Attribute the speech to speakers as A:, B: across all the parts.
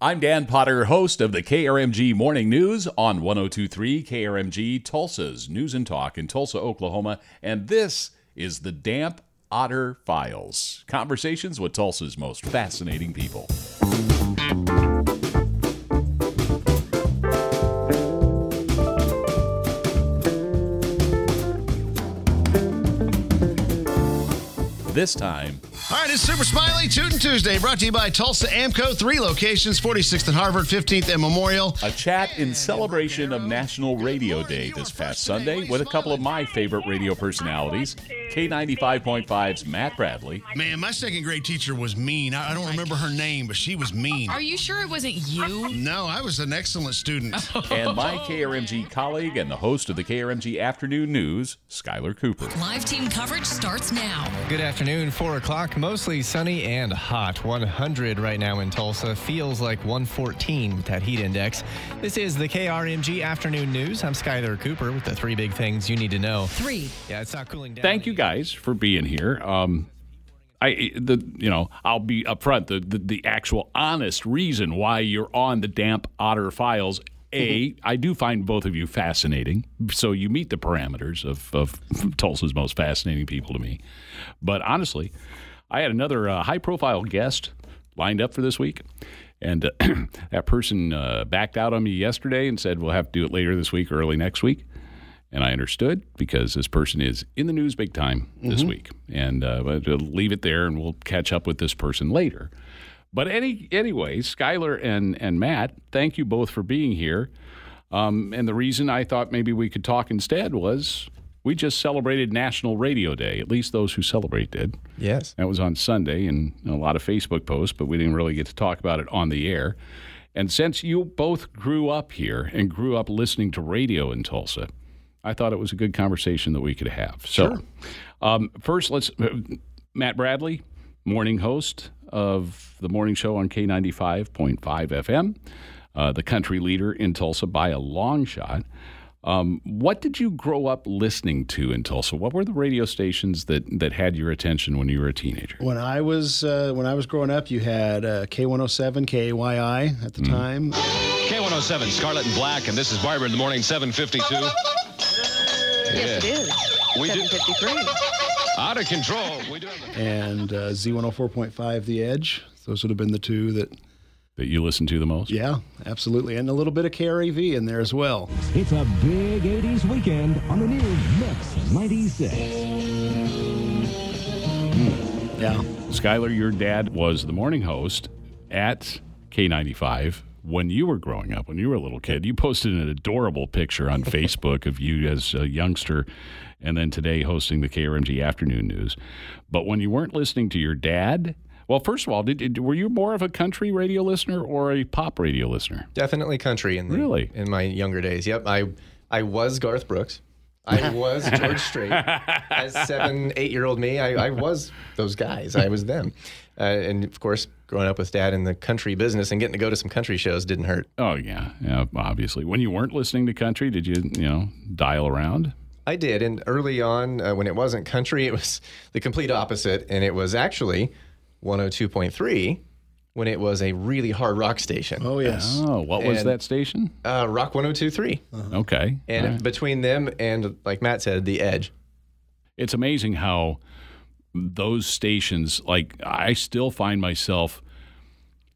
A: I'm Dan Potter, host of the KRMG Morning News on 1023 KRMG Tulsa's News and Talk in Tulsa, Oklahoma, and this is the Damp Otter Files conversations with Tulsa's most fascinating people. This time,
B: All right, it's Super Smiley Tootin' Tuesday, brought to you by Tulsa Amco. Three locations, 46th and Harvard, 15th and Memorial.
A: a chat in celebration of National Radio Day this past Sunday with a couple of my favorite radio personalities, K95.5's Matt Bradley
B: Man, my second grade teacher was mean. I, I don't remember her name, but she was mean.
C: Are you sure it wasn't you?
B: No, I was an excellent student.
A: and my KRMG colleague and the host of the KRMG Afternoon News, Skylar Cooper.
C: Live team coverage starts now.
D: Good afternoon, 4 o'clock, mostly sunny and hot. 100 right now in Tulsa, feels like 114 with that heat index. This is the KRMG Afternoon News. I'm Skyler Cooper with the three big things you need to know.
C: Three.
D: Yeah, it's not cooling down.
A: Thank you guys for being here. Um, I the you know I'll be upfront the, the the actual honest reason why you're on the damp otter files. A, I do find both of you fascinating, so you meet the parameters of, of Tulsa's most fascinating people to me. But honestly, I had another uh, high profile guest lined up for this week, and uh, that person uh, backed out on me yesterday and said we'll have to do it later this week or early next week. And I understood because this person is in the news big time this week. And uh, but I'll leave it there and we'll catch up with this person later. But any, anyway, Skylar and, and Matt, thank you both for being here. Um, and the reason I thought maybe we could talk instead was we just celebrated National Radio Day, at least those who celebrate did.
D: Yes.
A: That was on Sunday and a lot of Facebook posts, but we didn't really get to talk about it on the air. And since you both grew up here and grew up listening to radio in Tulsa, I thought it was a good conversation that we could have. So, um, first, let's Matt Bradley, morning host of the morning show on K95.5 FM, uh, the country leader in Tulsa by a long shot. Um, what did you grow up listening to in Tulsa? What were the radio stations that, that had your attention when you were a teenager?
E: When I was uh, when I was growing up, you had uh, K107, KYI at the
F: Hmm.
E: time.
F: K107, Scarlet and Black, and this is Barbara in the morning, 752.
G: Yes, it is.
F: We do
G: 753.
F: out of control. We do have the-
E: and uh, Z104.5 The Edge. Those would have been the two that,
A: That you listened to the most?
E: yeah, absolutely. And a little bit of KRAV in there as well.
H: It's a big 80s weekend on the new Mix 96.
E: Yeah.
A: Skylar, your dad was the morning host at K95 when you were growing up, when you were a little kid. You posted an adorable picture on Facebook of you as a youngster and then today hosting the KRMG afternoon news. But when you weren't listening to your dad, well, first of all, did, did- were you more of a country radio listener or a pop radio listener?
D: Definitely country in the,
A: Really?
D: in my younger days. Yep, I I was Garth Brooks. I was George Strait. As seven, eight year old me, I, I was those guys. I was them. Uh, and of course, growing up with dad in the country business and getting to go to some country shows didn't hurt.
A: Oh yeah, yeah, obviously. When you weren't listening to country, did you, you know, dial around?
D: I did, and early on, uh, when it wasn't country, it was the complete opposite, and it was actually 102.3 when it was a really hard rock station,
E: Oh, yes.
A: Oh, what was
D: And-
A: that station?
D: uh, Rock 102.3,
A: Uh-huh. Okay.
D: and between them and, like Matt said, the Edge.
A: it's amazing how those stations like i still find myself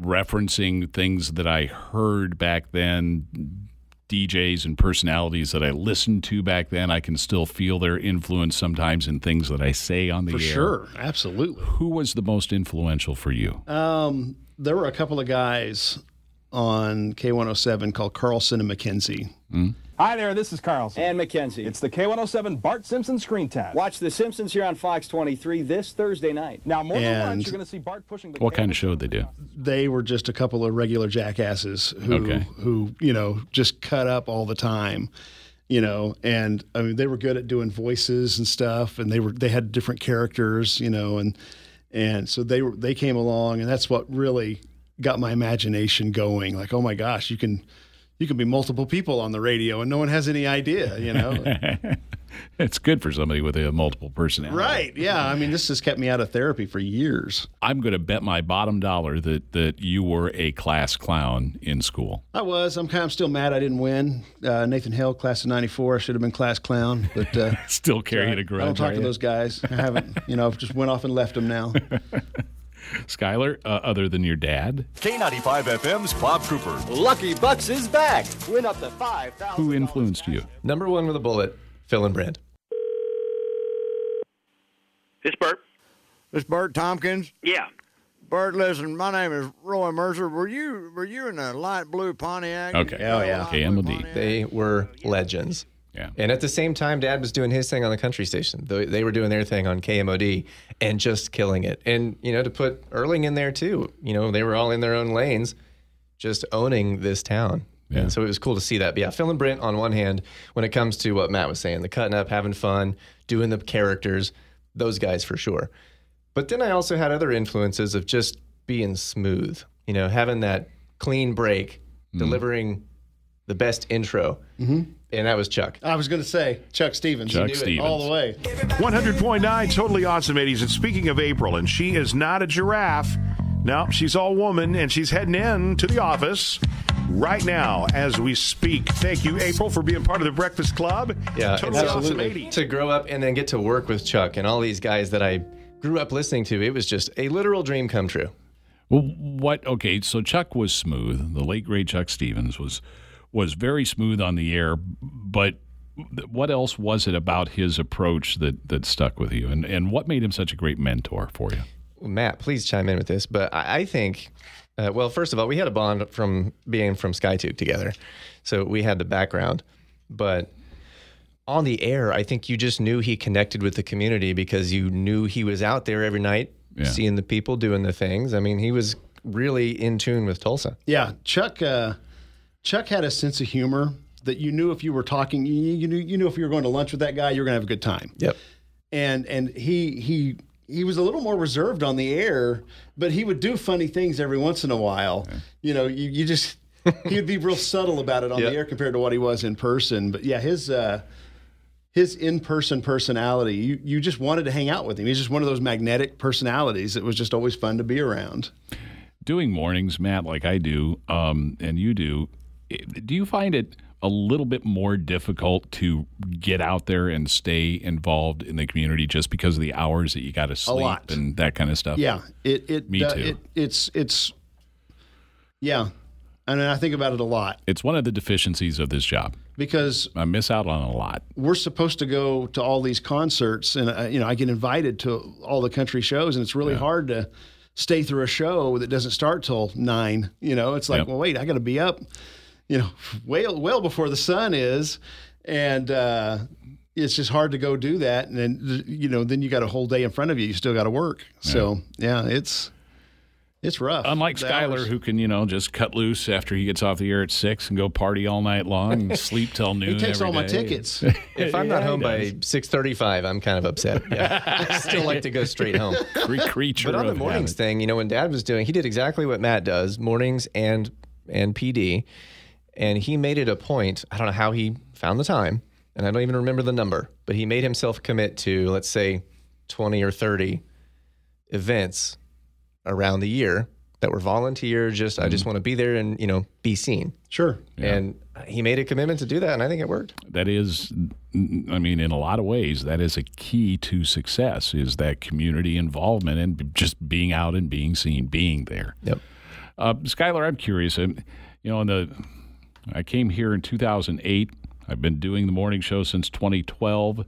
A: referencing things that i heard back then djs and personalities that i listened to back then i can still feel their influence sometimes in things that i say on the
E: For
A: air
E: sure. Absolutely.
A: who was the most influential for you
E: Um, there were a couple of guys on K107 called Carlson and McKenzie.
I: Hi there, this is Carlson.
J: And McKenzie.
I: it's the K107 Bart Simpson Screen Time.
J: Watch The Simpsons here on Fox 23 this Thursday night.
I: Now, more than
E: And-
I: once, you're going to see Bart pushing the
A: what kind of
I: K107
A: show they do
E: They were just a couple of regular jackasses who,
A: Okay.
E: who you know, just cut up all the time. You know, and I mean, they were good at doing voices and stuff, and they were they had different characters, you know, and and so they were they came along, and that's what really got my imagination going. Like, oh my gosh, you can you can be multiple people on the radio, and no one has any idea, you know.
A: It's good for somebody with a multiple personality.
E: Right. Yeah. I mean, this has kept me out of therapy for years.
A: I'm going to bet my bottom dollar that, that you were a class clown in school.
E: I was. I'm kind of still mad I didn't win. Uh, Nathan Hill, class of '94. I should have been class clown, but uh,
A: Still carrying a grudge.
E: I don't talk
A: are
E: to
A: you?
E: those guys. I haven't. You know, I've just went off and left them now.
A: Skylar, uh, other than your dad,
K: K95 FM's Bob Cooper.
J: Lucky Bucks is back. Win up to five thousand.
A: who influenced you?
D: Number one with a bullet, Phil and Brand.
L: This Bert.
M: This Bert Tompkins.
L: Yeah.
M: Bert, listen, my name is Roy Mercer. Were you were you in a light blue Pontiac?
D: Oh yeah.
A: KMLD.
D: They were legends.
A: Yeah.
D: And at the same time, Dad was doing his thing on the country station. They, they were doing their thing on KMOD and just killing it. And you know, to put Erling in there too. You know, they were all in their own lanes, just owning this town.
A: Yeah.
D: And so it was cool to see that. But yeah, Phil and Brent on one hand, when it comes to what Matt was saying, the cutting up, having fun, doing the characters, those guys for sure. But then I also had other influences of just being smooth, you know, having that clean break,
A: Mm-hmm.
D: delivering the best intro. Mm-hmm. And that was Chuck.
E: I was going to say Chuck Stevens.
A: Chuck
E: You knew it
A: Stevens.
E: all the way.
K: 100.9, totally awesome, ladies. And speaking of April, and she is not a giraffe. No, she's all woman, and she's heading in to the office right now as we speak. Thank you, April, for being part of the Breakfast Club.
D: Yeah,
K: totally
D: it's-
K: awesome, lady.
D: To grow up and then get to work with Chuck and all these guys that I grew up listening to, it was just a literal dream come true.
A: Well, what? Okay, so Chuck was smooth. The late great Chuck Stevens was was very smooth on the air, but th- what else was it about his approach that that stuck with you, and and what made him such a great mentor for you?
D: Matt, please chime in with this, but I, I think, uh, well, first of all, we had a bond from being from SkyTube together, so we had the background, but on the air, I think you just knew he connected with the community because you knew he was out there every night,
A: Yeah.
D: seeing the people doing the things. I mean, he was really in tune with Tulsa.
E: Yeah, Chuck. Uh, Chuck had a sense of humor that you knew if you were talking, you, you knew you knew if you were going to lunch with that guy, you were going to have a good time.
D: Yep.
E: And and he he he was a little more reserved on the air, but he would do funny things every once in a while. You know, you you just he would be real subtle about it on
D: Yep.
E: the air compared to what he was in person. But yeah, his. Uh, his in-person personality, you, you just wanted to hang out with him. He's just one of those magnetic personalities that was just always fun to be around.
A: doing mornings, Matt, like I do, um, and you do, it- do you find it a little bit more difficult to get out there and stay involved in the community just because of the hours that you got to sleep
E: lot.
A: and that kind of stuff?
E: Yeah, it it
A: Me
E: do-
A: too.
E: It, it's it's yeah, and I think about it a lot
A: It's one of the deficiencies of this job.
E: because
A: I miss out on a lot.
E: we're supposed to go to all these concerts, and uh, you know I get invited to all the country shows, and it's really hard to stay through a show that doesn't start till nine. You know, it's like,
A: Yep.
E: well, wait, I got to be up, you know, well well before the sun is, and. uh it's just hard to go do that, and then you know, then you got a whole day in front of you. You still got to work, so yeah, it's it's rough.
A: Unlike
E: The
A: Skylar,
E: hours.
A: who can, you know, just cut loose after he gets off the air at six and go party all night long and sleep till noon.
E: He takes
A: every
E: all my
A: day.
E: tickets.
D: If I'm not home by six thirty-five, I'm kind of upset. Yeah. I still like to go straight home.
A: Cre- creature
D: But on the
A: of
D: mornings
A: habit.
D: thing, you know, when Dad was doing, he did exactly what Matt does, mornings and and PD, and he made it a point. I don't know how he found the time, and I don't even remember the number, but he made himself commit to let's say twenty or thirty events around the year that were volunteer. Just I just want to be there and you know be seen.
E: Sure.
D: And he made a commitment to do that, and I think it worked.
A: that is i mean in a lot of ways that is a key to success is that community involvement and just being out and being seen being there
D: Yep.
A: uh, skylar i'm curious um, you know in the i came here in 2008 i've been doing the morning show since 2012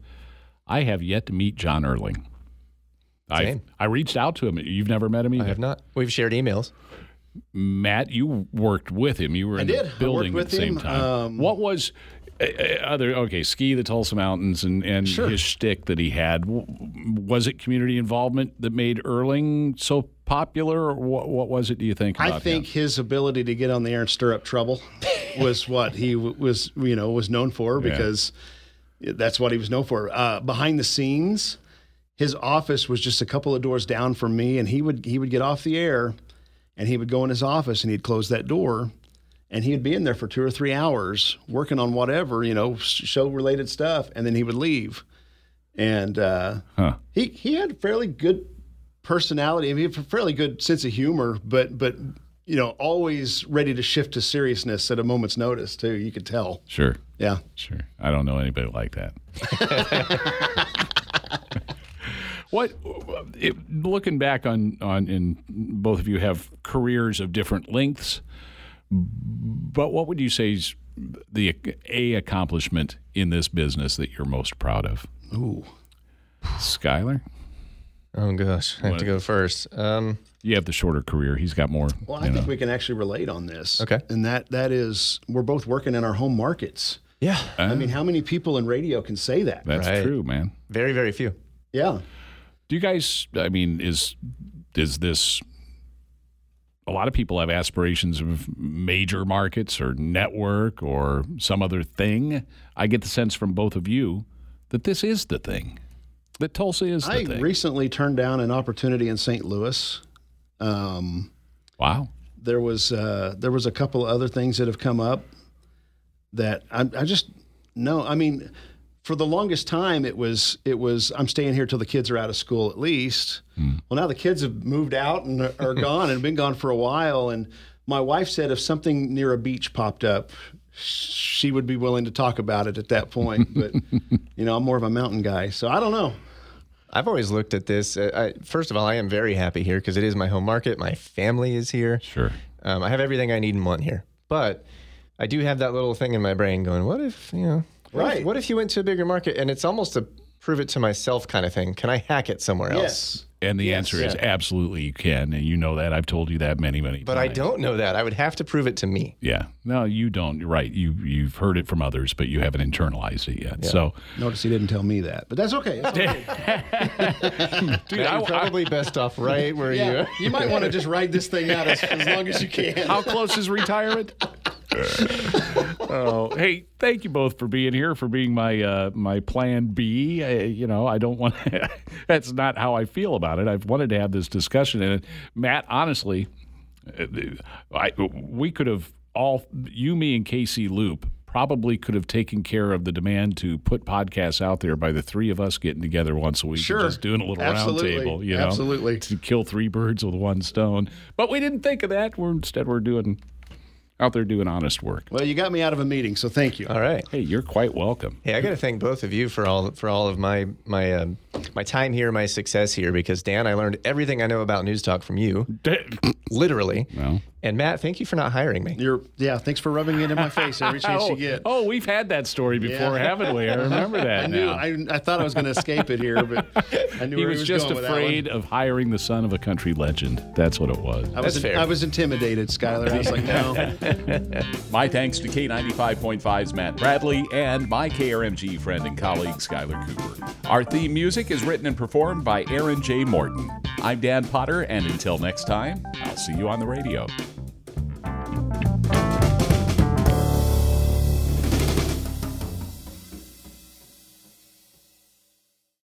A: i have yet to meet john erling I
D: Same.
A: I reached out to him. You've never met him either.
D: I have not. We've shared emails.
A: Matt, you worked with him. You were in
E: did. I
A: the
E: worked
A: building
E: with
A: at the same
E: him,
A: time.
E: um,
A: what was uh, uh, other okay? Ski the Tulsa Mountains and and his shtick that he had. W- Was it community involvement that made Erling so popular, or what, what was it? Do you think?
E: I
A: about
E: think
A: him?
E: his ability to get on the air and stir up trouble was what he w- was, you know, was known for because that's what he was known for. Uh, behind the scenes, his office was just a couple of doors down from me, and he would he would get off the air, and he would go in his office and he'd close that door, and he would be in there for two or three hours working on whatever you know show related stuff, and then he would leave. And uh,
A: Huh.
E: he he had fairly good personality. I mean, a fairly good sense of humor, but but you know, always ready to shift to seriousness at a moment's notice too. You could tell.
A: Sure.
E: Yeah.
A: Sure. I don't know anybody like that. what it, looking back on on in both of you have careers of different lengths, but what would you say is the a accomplishment in this business that you're most proud of?
E: Ooh.
A: Skyler?
D: Oh gosh, I have to go first. Um,
A: you have the shorter career. He's got more.
E: Well,
A: you
E: I think
A: know.
E: we can actually relate on this.
D: Okay.
E: And that that is we're both working in our home markets.
D: Yeah.
E: I mean, how many people in radio can say that?
A: that's true, man.
D: Very, very few.
E: Yeah.
A: Do you guys? I mean, is is this? A lot of people have aspirations of major markets or network or some other thing. I get the sense from both of you that this is the thing. That Tulsa is the
E: I
A: thing.
E: recently turned down an opportunity in St. Louis. Um,
A: wow.
E: There was uh, there was a couple of other things that have come up that I, I just no. I mean, for the longest time, it was it was I'm staying here till the kids are out of school at least. Well, now the kids have moved out and are gone and been gone for a while. And my wife said if something near a beach popped up, she would be willing to talk about it at that point. But you know, I'm more of a mountain guy, so I don't know.
D: I've always looked at this. uh, I, first of all, I am very happy here because it is my home market. My family is here.
A: Sure.
D: Um, I have everything I need and want here. But I do have that little thing in my brain going, what if, you know, what if-
E: Right.
D: what if you went to a bigger market? And it's almost a prove it to myself kind of thing. Can I hack it somewhere else?
A: And the answer is
D: Yeah.
A: absolutely you can, and you know that. I've told you that many, many
D: But I don't know that. I would have to prove it to me.
A: Yeah. No, you don't. You're right. You you've heard it from others, but you haven't internalized it yet. So
E: Notice he didn't tell me that, but that's okay. That's okay.
A: Dude,
D: Matt, you're probably best off right where
E: Yeah,
D: you
E: you might want to just ride this thing out as, as long as you can.
A: How close is retirement? oh, hey, thank you both for being here, for being my uh, my plan B. I, you know, I don't want. that's not how I feel about it. I've wanted to have this discussion, and Matt, honestly, uh, I, we could have all you, me, and Casey Loop probably could have taken care of the demand to put podcasts out there by the three of us getting together once a week
E: Sure.
A: and just doing a little
E: Absolutely.
A: round table you know
E: Absolutely.
A: to kill three birds with one stone but we didn't think of that we're instead we're doing out there doing honest work
E: Well, you got me out of a meeting, so thank you.
D: All right.
A: hey you're quite welcome
D: Hey, I got to thank both of you for all for all of my my um, my time here, my success here. Because Dan, I learned everything I know about News Talk from you,
E: Oh,
D: literally.
A: Well.
D: And Matt, thank you for not hiring me.
E: You're yeah. Thanks for rubbing it in my face every chance
A: oh,
E: you get.
A: oh, we've had that story before, haven't we? I remember that
E: I knew.
A: now.
E: I, I thought I was going to escape it here, but I knew
A: he
E: where
A: was,
E: he was
A: just
E: going with that
A: afraid of hiring the son of a country legend. That's what it was.
E: one. I was,
D: That's fair.
E: I was intimidated, Skylar. I was like, no.
F: My thanks to K95.5's Matt Bradley and my KRMG friend and colleague Skylar Cooper. Our theme music is written and performed by Aaron J. Morton. I'm Dan Potter, and until next time, I'll see you on the radio.